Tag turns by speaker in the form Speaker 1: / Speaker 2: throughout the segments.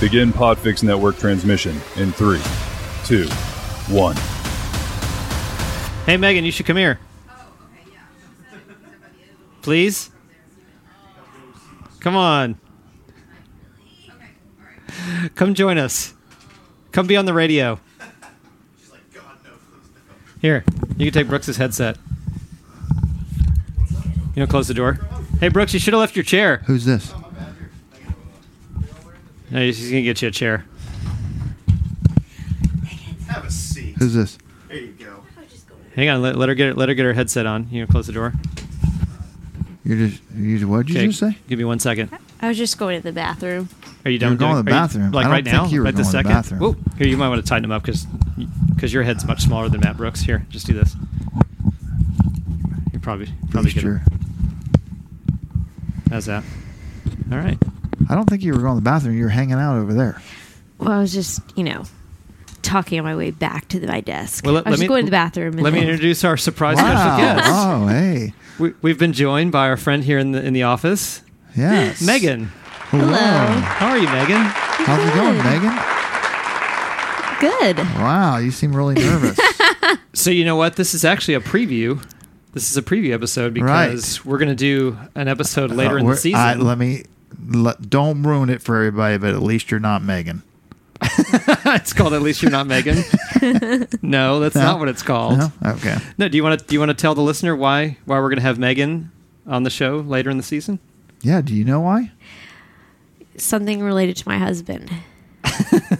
Speaker 1: Begin Podfix Network transmission in three, two, one.
Speaker 2: Hey, Megan, you should come here. Please? Come on. Come join us. Come be on the radio. Here, you can take Brooks's headset. You know, close the door. Hey, Brooks, you should have left your chair.
Speaker 3: Who's this?
Speaker 2: No, he's going to get you a chair.
Speaker 4: Have a seat.
Speaker 3: Who's this?
Speaker 4: There you go.
Speaker 2: Hang on, let, let her get let her get her headset on. You know, close the door.
Speaker 3: You just you just what'd you
Speaker 2: Okay,
Speaker 3: just say?
Speaker 2: Give me one second.
Speaker 5: I was just going to the bathroom.
Speaker 2: Are you done?
Speaker 3: You were going
Speaker 2: doing-
Speaker 3: to the
Speaker 2: are you-
Speaker 3: bathroom.
Speaker 2: like
Speaker 3: I don't
Speaker 2: right now,
Speaker 3: think you were
Speaker 2: right this
Speaker 3: going
Speaker 2: second.
Speaker 3: to the bathroom.
Speaker 2: Whoa. Here, you might want to tighten them up because your head's much smaller than Matt Brooks. Here, just do this. You're probably probably
Speaker 3: Please,
Speaker 2: good.
Speaker 3: sure.
Speaker 2: How's that? All right.
Speaker 3: I don't think you were going to the bathroom. You were hanging out over there.
Speaker 5: Well, I was just, you know, talking on my way back to the, my desk.
Speaker 2: Well, let,
Speaker 5: I was
Speaker 2: let
Speaker 5: just
Speaker 2: me
Speaker 5: going to the bathroom. and
Speaker 2: Let me
Speaker 5: then-
Speaker 2: introduce our surprise
Speaker 3: Wow.
Speaker 2: special guest.
Speaker 3: Oh, hey.
Speaker 2: We, we've been joined by our friend here in the in the office,
Speaker 3: Yes.
Speaker 2: Megan.
Speaker 3: Hello.
Speaker 5: Hello.
Speaker 2: How are you, Megan?
Speaker 3: How's it going, Megan?
Speaker 5: Good.
Speaker 3: Wow, you seem really nervous.
Speaker 2: So you know what? This is actually a preview. This is a preview episode
Speaker 3: Right.
Speaker 2: because we're going to do an episode later
Speaker 3: Uh,
Speaker 2: in the
Speaker 3: we're-
Speaker 2: season.
Speaker 3: I- let me let, don't ruin it for everybody, but at least you're not Megan.
Speaker 2: it's called "At least you're not Megan." no, that's
Speaker 3: No?
Speaker 2: not what it's called.
Speaker 3: No? Okay.
Speaker 2: No, do you want to do you want to tell the listener why why we're going to have Megan on the show later in the season?
Speaker 3: Yeah. Do you know why?
Speaker 5: Something related to my husband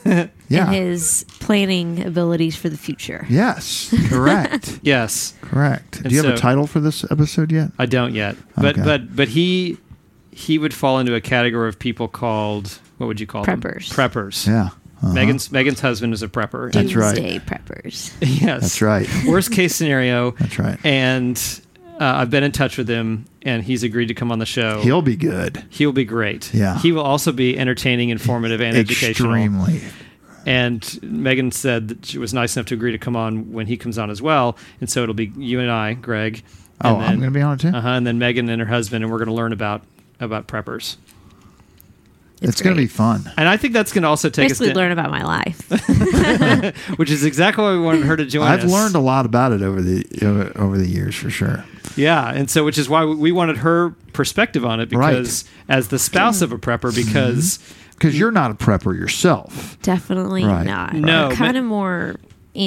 Speaker 3: Yeah.
Speaker 5: and his planning abilities for the future.
Speaker 3: Yes. Correct.
Speaker 2: Yes,
Speaker 3: correct.
Speaker 2: And
Speaker 3: do you have a
Speaker 2: so-
Speaker 3: title for this episode yet?
Speaker 2: I don't yet, but
Speaker 3: Okay.
Speaker 2: but but he he would fall into a category of people called what would you call them?
Speaker 5: Preppers.
Speaker 2: Preppers.
Speaker 3: Yeah. Uh-huh.
Speaker 2: Megan's Megan's husband is a prepper. And-
Speaker 3: That's right.
Speaker 5: Doomsday preppers.
Speaker 2: yes,
Speaker 3: That's right.
Speaker 2: Worst case scenario.
Speaker 3: That's right.
Speaker 2: And uh, I've been in touch with him, and he's agreed to come on the show.
Speaker 3: He'll be good.
Speaker 2: He'll be great.
Speaker 3: Yeah.
Speaker 2: He will also be entertaining, informative, and educational.
Speaker 3: Extremely.
Speaker 2: And Megan said that she was nice enough to agree to come on when he comes on as well. And so it'll be you and I, Greg.
Speaker 3: Oh, I'm going to be on it too.
Speaker 2: Uh huh. And then Megan and her husband, and we're going to learn about about preppers.
Speaker 3: It's, going to be
Speaker 5: great.
Speaker 3: fun.
Speaker 2: And I think that's going to also take
Speaker 5: Basically,
Speaker 2: us, to-
Speaker 5: learn about my life.
Speaker 2: which is exactly why we wanted her to join.
Speaker 3: I've
Speaker 2: us.
Speaker 3: learned a lot about it over the over, over the years for sure.
Speaker 2: Yeah, and so which is why we wanted her perspective on it
Speaker 3: Right. Mm-hmm.
Speaker 2: because as the spouse of a prepper, because
Speaker 3: Because you're not a prepper yourself.
Speaker 5: Definitely
Speaker 3: Right.
Speaker 5: not.
Speaker 2: No, but-
Speaker 5: kind of more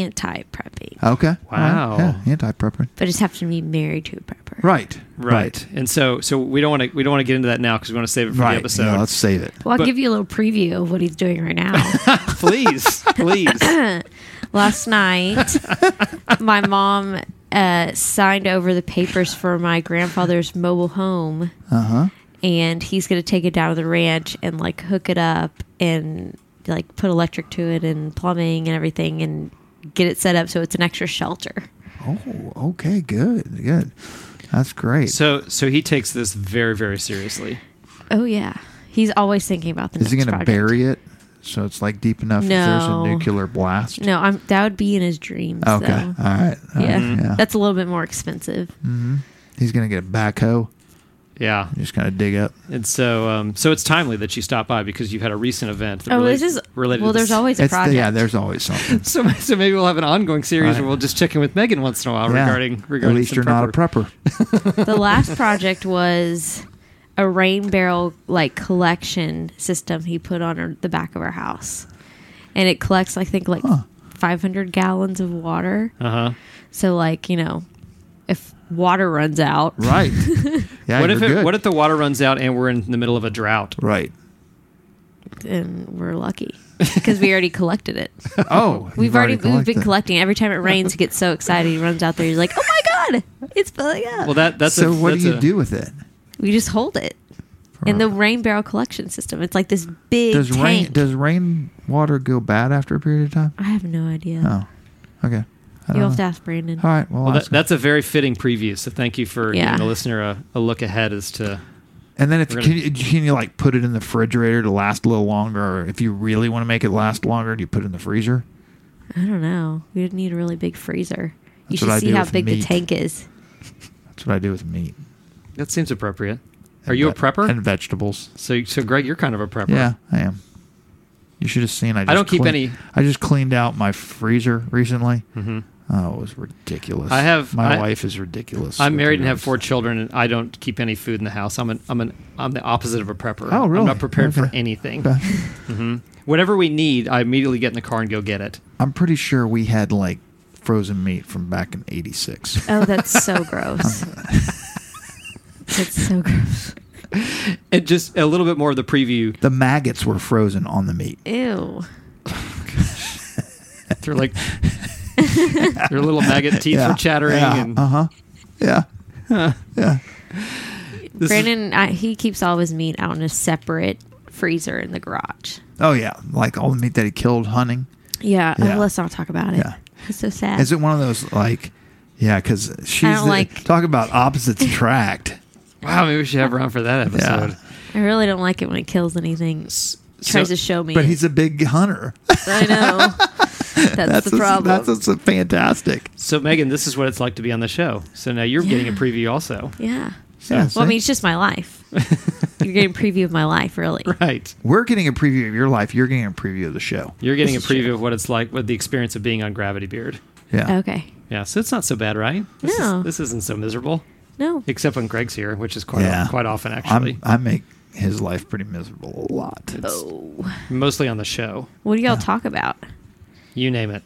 Speaker 5: anti-prepping.
Speaker 3: Okay.
Speaker 2: Wow.
Speaker 3: Yeah. Anti prepper.
Speaker 5: But just have to be married to a prepper.
Speaker 3: Right.
Speaker 2: right. and so so we don't want to we don't want to get into that now because we want to save it for
Speaker 3: Right.
Speaker 2: the episode.
Speaker 3: Yeah, let's save it.
Speaker 5: Well, I'll
Speaker 2: But-
Speaker 5: give you a little preview of what he's doing right now.
Speaker 2: please, please.
Speaker 5: last night my mom uh, signed over the papers for my grandfather's mobile home
Speaker 3: Uh huh.
Speaker 5: and he's going to take it down to the ranch and like hook it up and like put electric to it and plumbing and everything and get it set up so it's an extra shelter
Speaker 3: Oh, okay. Good. Good. That's great.
Speaker 2: So so he takes this very very seriously.
Speaker 5: oh yeah he's always thinking about the
Speaker 3: Is he
Speaker 5: next
Speaker 3: going to
Speaker 5: project.
Speaker 3: bury it so it's like deep enough if there's a
Speaker 5: No.
Speaker 3: nuclear blast?
Speaker 5: no i'm that would be in his dreams
Speaker 3: Okay. All
Speaker 5: though.
Speaker 3: right. All
Speaker 5: yeah.
Speaker 3: right.
Speaker 2: Mm-hmm.
Speaker 3: Yeah.
Speaker 5: that's a little bit more expensive
Speaker 3: He's going to get a backhoe.
Speaker 2: Yeah,
Speaker 3: Just kind of dig up.
Speaker 2: and so um, so it's timely that you stopped by because you've had a recent event. That
Speaker 5: oh
Speaker 2: relate-
Speaker 5: this is
Speaker 2: related.
Speaker 5: well
Speaker 2: to
Speaker 5: there's
Speaker 2: this.
Speaker 5: always a
Speaker 3: It's
Speaker 5: project
Speaker 3: the, yeah. There's always something.
Speaker 2: So, so maybe we'll have an ongoing series
Speaker 3: Right.
Speaker 2: where we'll just check in with Megan once in a while
Speaker 3: Yeah.
Speaker 2: regarding regarding.
Speaker 3: At least
Speaker 2: some
Speaker 3: you're not a
Speaker 2: prepper.
Speaker 3: prepper.
Speaker 5: the last project was a rain barrel like collection system he put on our, the back of our house and it collects i think like 500 gallons of water
Speaker 2: Uh huh.
Speaker 5: so like you know if water runs out
Speaker 3: right. Yeah.
Speaker 2: what
Speaker 3: you're
Speaker 2: if it,
Speaker 3: good.
Speaker 2: what if the water runs out and we're in the middle of a drought?
Speaker 3: Right.
Speaker 5: then we're lucky because we already collected it
Speaker 3: Oh,
Speaker 5: we've
Speaker 3: you've
Speaker 5: already, we've been
Speaker 3: collected.
Speaker 5: collecting it. every time it rains he gets so excited he runs out there he's like oh my god it's filling up
Speaker 2: Well, that that's
Speaker 3: So
Speaker 2: a,
Speaker 3: what do
Speaker 2: that's
Speaker 3: you
Speaker 2: a-
Speaker 3: do with it?
Speaker 5: we just hold it in the rain barrel collection system it's like this big
Speaker 3: Does rain
Speaker 5: tank.
Speaker 3: does rain water go bad after a period of time?
Speaker 5: i have no idea
Speaker 3: Oh, okay. I don't
Speaker 5: Mm. You'll have
Speaker 3: know.
Speaker 5: to ask Brandon.
Speaker 3: All right. Well,
Speaker 2: Well, that,
Speaker 3: ask him.
Speaker 2: that's a very fitting preview. So thank you for
Speaker 5: Yeah.
Speaker 2: giving the listener a, a look ahead as to.
Speaker 3: and then if
Speaker 2: we're
Speaker 3: you
Speaker 2: gonna-
Speaker 3: can, you, can you like put it in the refrigerator to last a little longer, or if you really want to make it last longer, do you put it in the freezer?
Speaker 5: I don't know. We would need a really big freezer. You
Speaker 3: That's what I
Speaker 5: should see
Speaker 3: do
Speaker 5: how
Speaker 3: with
Speaker 5: big the
Speaker 3: meat.
Speaker 5: tank is.
Speaker 3: That's what I do with meat.
Speaker 2: That seems appropriate. Are
Speaker 3: and
Speaker 2: you a
Speaker 3: ve-
Speaker 2: prepper?
Speaker 3: And vegetables.
Speaker 2: so so Greg, you're kind of a prepper.
Speaker 3: Yeah, I am. You should have seen. I, just
Speaker 2: don't keep
Speaker 3: cleaned-
Speaker 2: any-
Speaker 3: I just cleaned out my freezer recently. Mm-hmm. Oh, it was ridiculous.
Speaker 2: I have-
Speaker 3: My
Speaker 2: I-
Speaker 3: wife is ridiculous.
Speaker 2: I'm
Speaker 3: with
Speaker 2: married and have
Speaker 3: regards
Speaker 2: four
Speaker 3: to-
Speaker 2: children, and I don't keep any food in the house. I'm an I'm an I'm the opposite of a prepper.
Speaker 3: Oh, really?
Speaker 2: I'm not prepared for
Speaker 3: Okay.
Speaker 2: anything.
Speaker 3: Okay.
Speaker 2: Whatever we need, I immediately get in the car and go get it.
Speaker 3: I'm pretty sure we had like frozen meat from back in '86.
Speaker 5: Oh, that's so gross. That's so gross.
Speaker 2: And just a little bit more of the preview.
Speaker 3: the maggots were frozen on the meat.
Speaker 5: Ew.
Speaker 2: They're like their little maggot teeth
Speaker 3: Yeah.
Speaker 2: were chattering.
Speaker 3: Yeah.
Speaker 2: and
Speaker 3: Uh huh. Yeah. yeah.
Speaker 2: this is-
Speaker 5: Brandon, I, he keeps all his meat out in a separate freezer in the garage.
Speaker 3: Oh yeah. Like all the meat that he killed hunting.
Speaker 5: Yeah, oh,
Speaker 3: Yeah.
Speaker 5: let's not talk about it.
Speaker 3: Yeah.
Speaker 5: It's so sad.
Speaker 3: Is it one of those like? Yeah, because she's
Speaker 5: don't
Speaker 3: the-
Speaker 5: like-
Speaker 3: talk about opposites attract.
Speaker 2: wow, maybe we should have her on for that episode.
Speaker 5: I really don't like it when it kills anything.
Speaker 2: S-
Speaker 5: Tries
Speaker 2: so-
Speaker 5: to show me.
Speaker 3: But
Speaker 5: it.
Speaker 3: he's a big hunter.
Speaker 5: I know. That's,
Speaker 3: That's
Speaker 5: the problem.
Speaker 3: That's what's fantastic.
Speaker 2: So Megan, this is what it's like to be on the show. So now you're getting a
Speaker 5: Yeah.
Speaker 2: preview also.
Speaker 5: yeah.
Speaker 3: Yeah,
Speaker 5: Well, I
Speaker 3: see?
Speaker 5: mean, it's just my life. You're getting a preview of my life, really.
Speaker 2: Right.
Speaker 3: We're getting a preview of your life. You're getting a preview of the show.
Speaker 2: You're getting a preview of what it's like with the experience of being on Gravity Beard.
Speaker 3: Yeah.
Speaker 5: Okay.
Speaker 2: Yeah, so it's not so bad, right? This
Speaker 5: No.
Speaker 2: Is, this isn't so miserable,
Speaker 5: No.
Speaker 2: except when Greg's here, which is quite
Speaker 3: Yeah.
Speaker 2: quite often actually,
Speaker 3: I'm, I make his life pretty miserable a lot.
Speaker 5: Oh.
Speaker 2: mostly on the show.
Speaker 5: What do y'all talk about?
Speaker 2: You name it,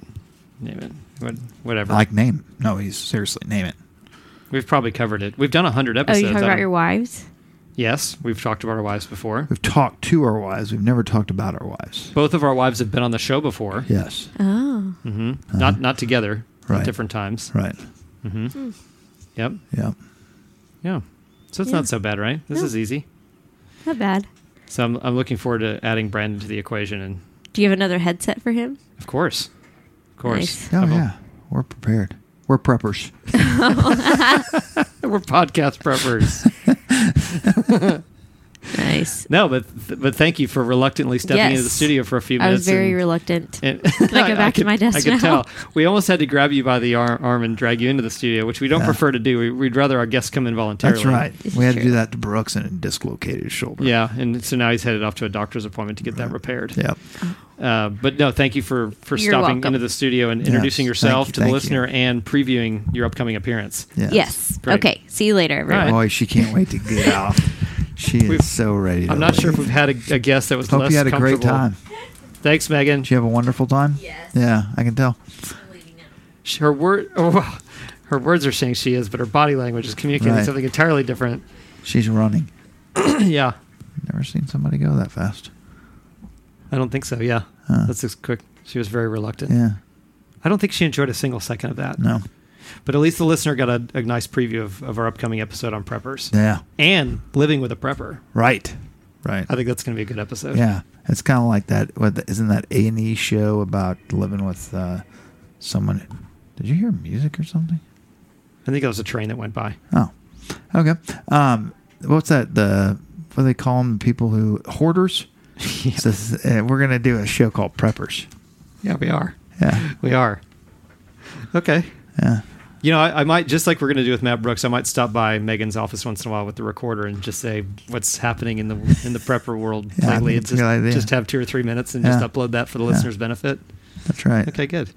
Speaker 2: name it, what, whatever.
Speaker 3: Like name. No, he's seriously name it.
Speaker 2: we've probably covered it. We've done hundred
Speaker 5: Oh,
Speaker 2: episodes.
Speaker 5: you talk
Speaker 2: I
Speaker 5: about
Speaker 2: don't-
Speaker 5: your wives?
Speaker 2: Yes, we've talked about our wives before.
Speaker 3: We've talked to our wives. We've never talked about our wives.
Speaker 2: Both of our wives have been on the show before. Mm-hmm.
Speaker 3: Yes.
Speaker 5: Oh.
Speaker 2: Not not together. at
Speaker 3: Uh-huh. Right.
Speaker 2: Different times.
Speaker 3: Right. Oh,
Speaker 2: Yep.
Speaker 3: Yeah.
Speaker 2: Yeah. So it's
Speaker 5: Yeah.
Speaker 2: not so bad, right? This
Speaker 5: No.
Speaker 2: is easy.
Speaker 5: Not bad.
Speaker 2: So I'm, I'm looking forward to adding Brandon to the equation, and
Speaker 5: Do you have another headset for him?
Speaker 2: of course, of course,
Speaker 5: Nice.
Speaker 3: Oh
Speaker 2: I'm a-
Speaker 3: yeah. We're prepared. We're preppers.
Speaker 2: we're podcast preppers.
Speaker 5: Nice.
Speaker 2: No, but but thank you for reluctantly stepping
Speaker 5: Yes.
Speaker 2: into the studio for a few
Speaker 5: I
Speaker 2: minutes.
Speaker 5: was very
Speaker 2: and-
Speaker 5: reluctant.
Speaker 2: and-
Speaker 5: Can I go back to
Speaker 2: could-
Speaker 5: my desk
Speaker 2: I could
Speaker 5: now?
Speaker 2: tell we almost had to grab you by the arm, arm and drag you into the studio, which we don't
Speaker 3: Yeah.
Speaker 2: prefer to do. We, we'd rather our guests come in voluntarily.
Speaker 3: That's right.
Speaker 5: This
Speaker 3: We
Speaker 5: is
Speaker 3: had to
Speaker 5: true.
Speaker 3: do that to Brooks and it dislocated his shoulder.
Speaker 2: Yeah, and so now he's headed off to a doctor's appointment to get that repaired.
Speaker 3: Yep.
Speaker 2: Uh, but no, thank you for for
Speaker 5: You're
Speaker 2: stopping
Speaker 5: welcome.
Speaker 2: into the studio and introducing
Speaker 3: thank
Speaker 2: yourself
Speaker 3: you,
Speaker 2: to the
Speaker 3: thank you.
Speaker 2: listener and previewing your upcoming appearance.
Speaker 3: Yes.
Speaker 5: Yes.
Speaker 2: Great.
Speaker 5: Okay. See you later, everyone.
Speaker 2: Right.
Speaker 3: Boy, she can't wait to get out. She is
Speaker 2: We've-
Speaker 3: so ready. To
Speaker 2: I'm not sure if
Speaker 3: leave.
Speaker 2: we've had a, a guest that was
Speaker 3: Hope
Speaker 2: less
Speaker 3: you had a great
Speaker 2: comfortable.
Speaker 3: time.
Speaker 2: Thanks, Megan.
Speaker 3: Did you have a wonderful time?
Speaker 5: Yes.
Speaker 3: Yeah, I can tell.
Speaker 2: She- her word oh, wow. her words are saying she is, but her body language is communicating
Speaker 3: Right.
Speaker 2: something entirely different.
Speaker 3: She's running.
Speaker 2: yeah.
Speaker 3: Never seen somebody go that fast.
Speaker 2: I don't think so. Yeah.
Speaker 3: Huh.
Speaker 2: That's just quick. She was very reluctant.
Speaker 3: Yeah.
Speaker 2: I don't think she enjoyed a single second of that.
Speaker 3: No.
Speaker 2: But at least the listener got a, a nice preview of, of our upcoming episode on preppers
Speaker 3: Yeah.
Speaker 2: and living with a prepper.
Speaker 3: Right. Right.
Speaker 2: I think that's going to be a good episode.
Speaker 3: Yeah. It's kind of like that. What the, isn't that A and E show about living with uh, someone? Did you hear music or something?
Speaker 2: I think it was a train that went by.
Speaker 3: Oh. Okay. Um. What's that? The what do they call them? People who hoarders. So, uh, we're gonna do a show called Preppers.
Speaker 2: Yeah, we are.
Speaker 3: Yeah.
Speaker 2: We are. Okay.
Speaker 3: Yeah.
Speaker 2: You know, I, I might just like we're going to do with Matt Brooks. I might stop by Megan's office once in a while with the recorder and just say what's happening in the in the prepper world
Speaker 3: Yeah, I
Speaker 2: lately.
Speaker 3: think it's a
Speaker 2: just,
Speaker 3: good idea.
Speaker 2: just have two or three minutes and
Speaker 3: Yeah.
Speaker 2: just upload that for the listeners' benefit.
Speaker 3: That's right.
Speaker 2: Okay, good.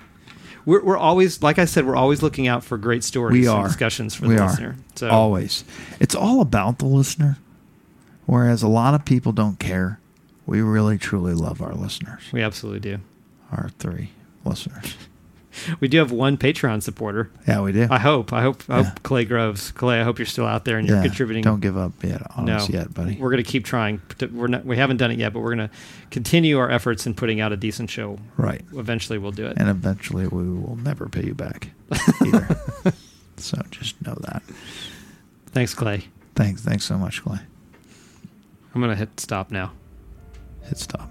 Speaker 2: We're, we're always, like I said, we're always looking out for great stories
Speaker 3: we are
Speaker 2: and discussions for
Speaker 3: we
Speaker 2: the
Speaker 3: are.
Speaker 2: listener. So
Speaker 3: always it's all about the listener whereas a lot of people don't care we really truly love our listeners
Speaker 2: we absolutely do.
Speaker 3: our three listeners
Speaker 2: We do have one Patreon supporter.
Speaker 3: yeah we do
Speaker 2: I hope. I hope. I
Speaker 3: Yeah.
Speaker 2: hope Clay Groves. Clay, I hope you're still out there and you're
Speaker 3: yeah.
Speaker 2: contributing.
Speaker 3: don't give up yet on us yet buddy
Speaker 2: We're going to keep trying. to- We're not. We haven't done it yet, but we're going to continue our efforts in putting out a decent show.
Speaker 3: right
Speaker 2: Eventually, we'll do it.
Speaker 3: and eventually we will never pay you back either so just know that
Speaker 2: Thanks, Clay.
Speaker 3: thanks thanks so much clay
Speaker 2: I'm going to hit stop now.
Speaker 3: hit stop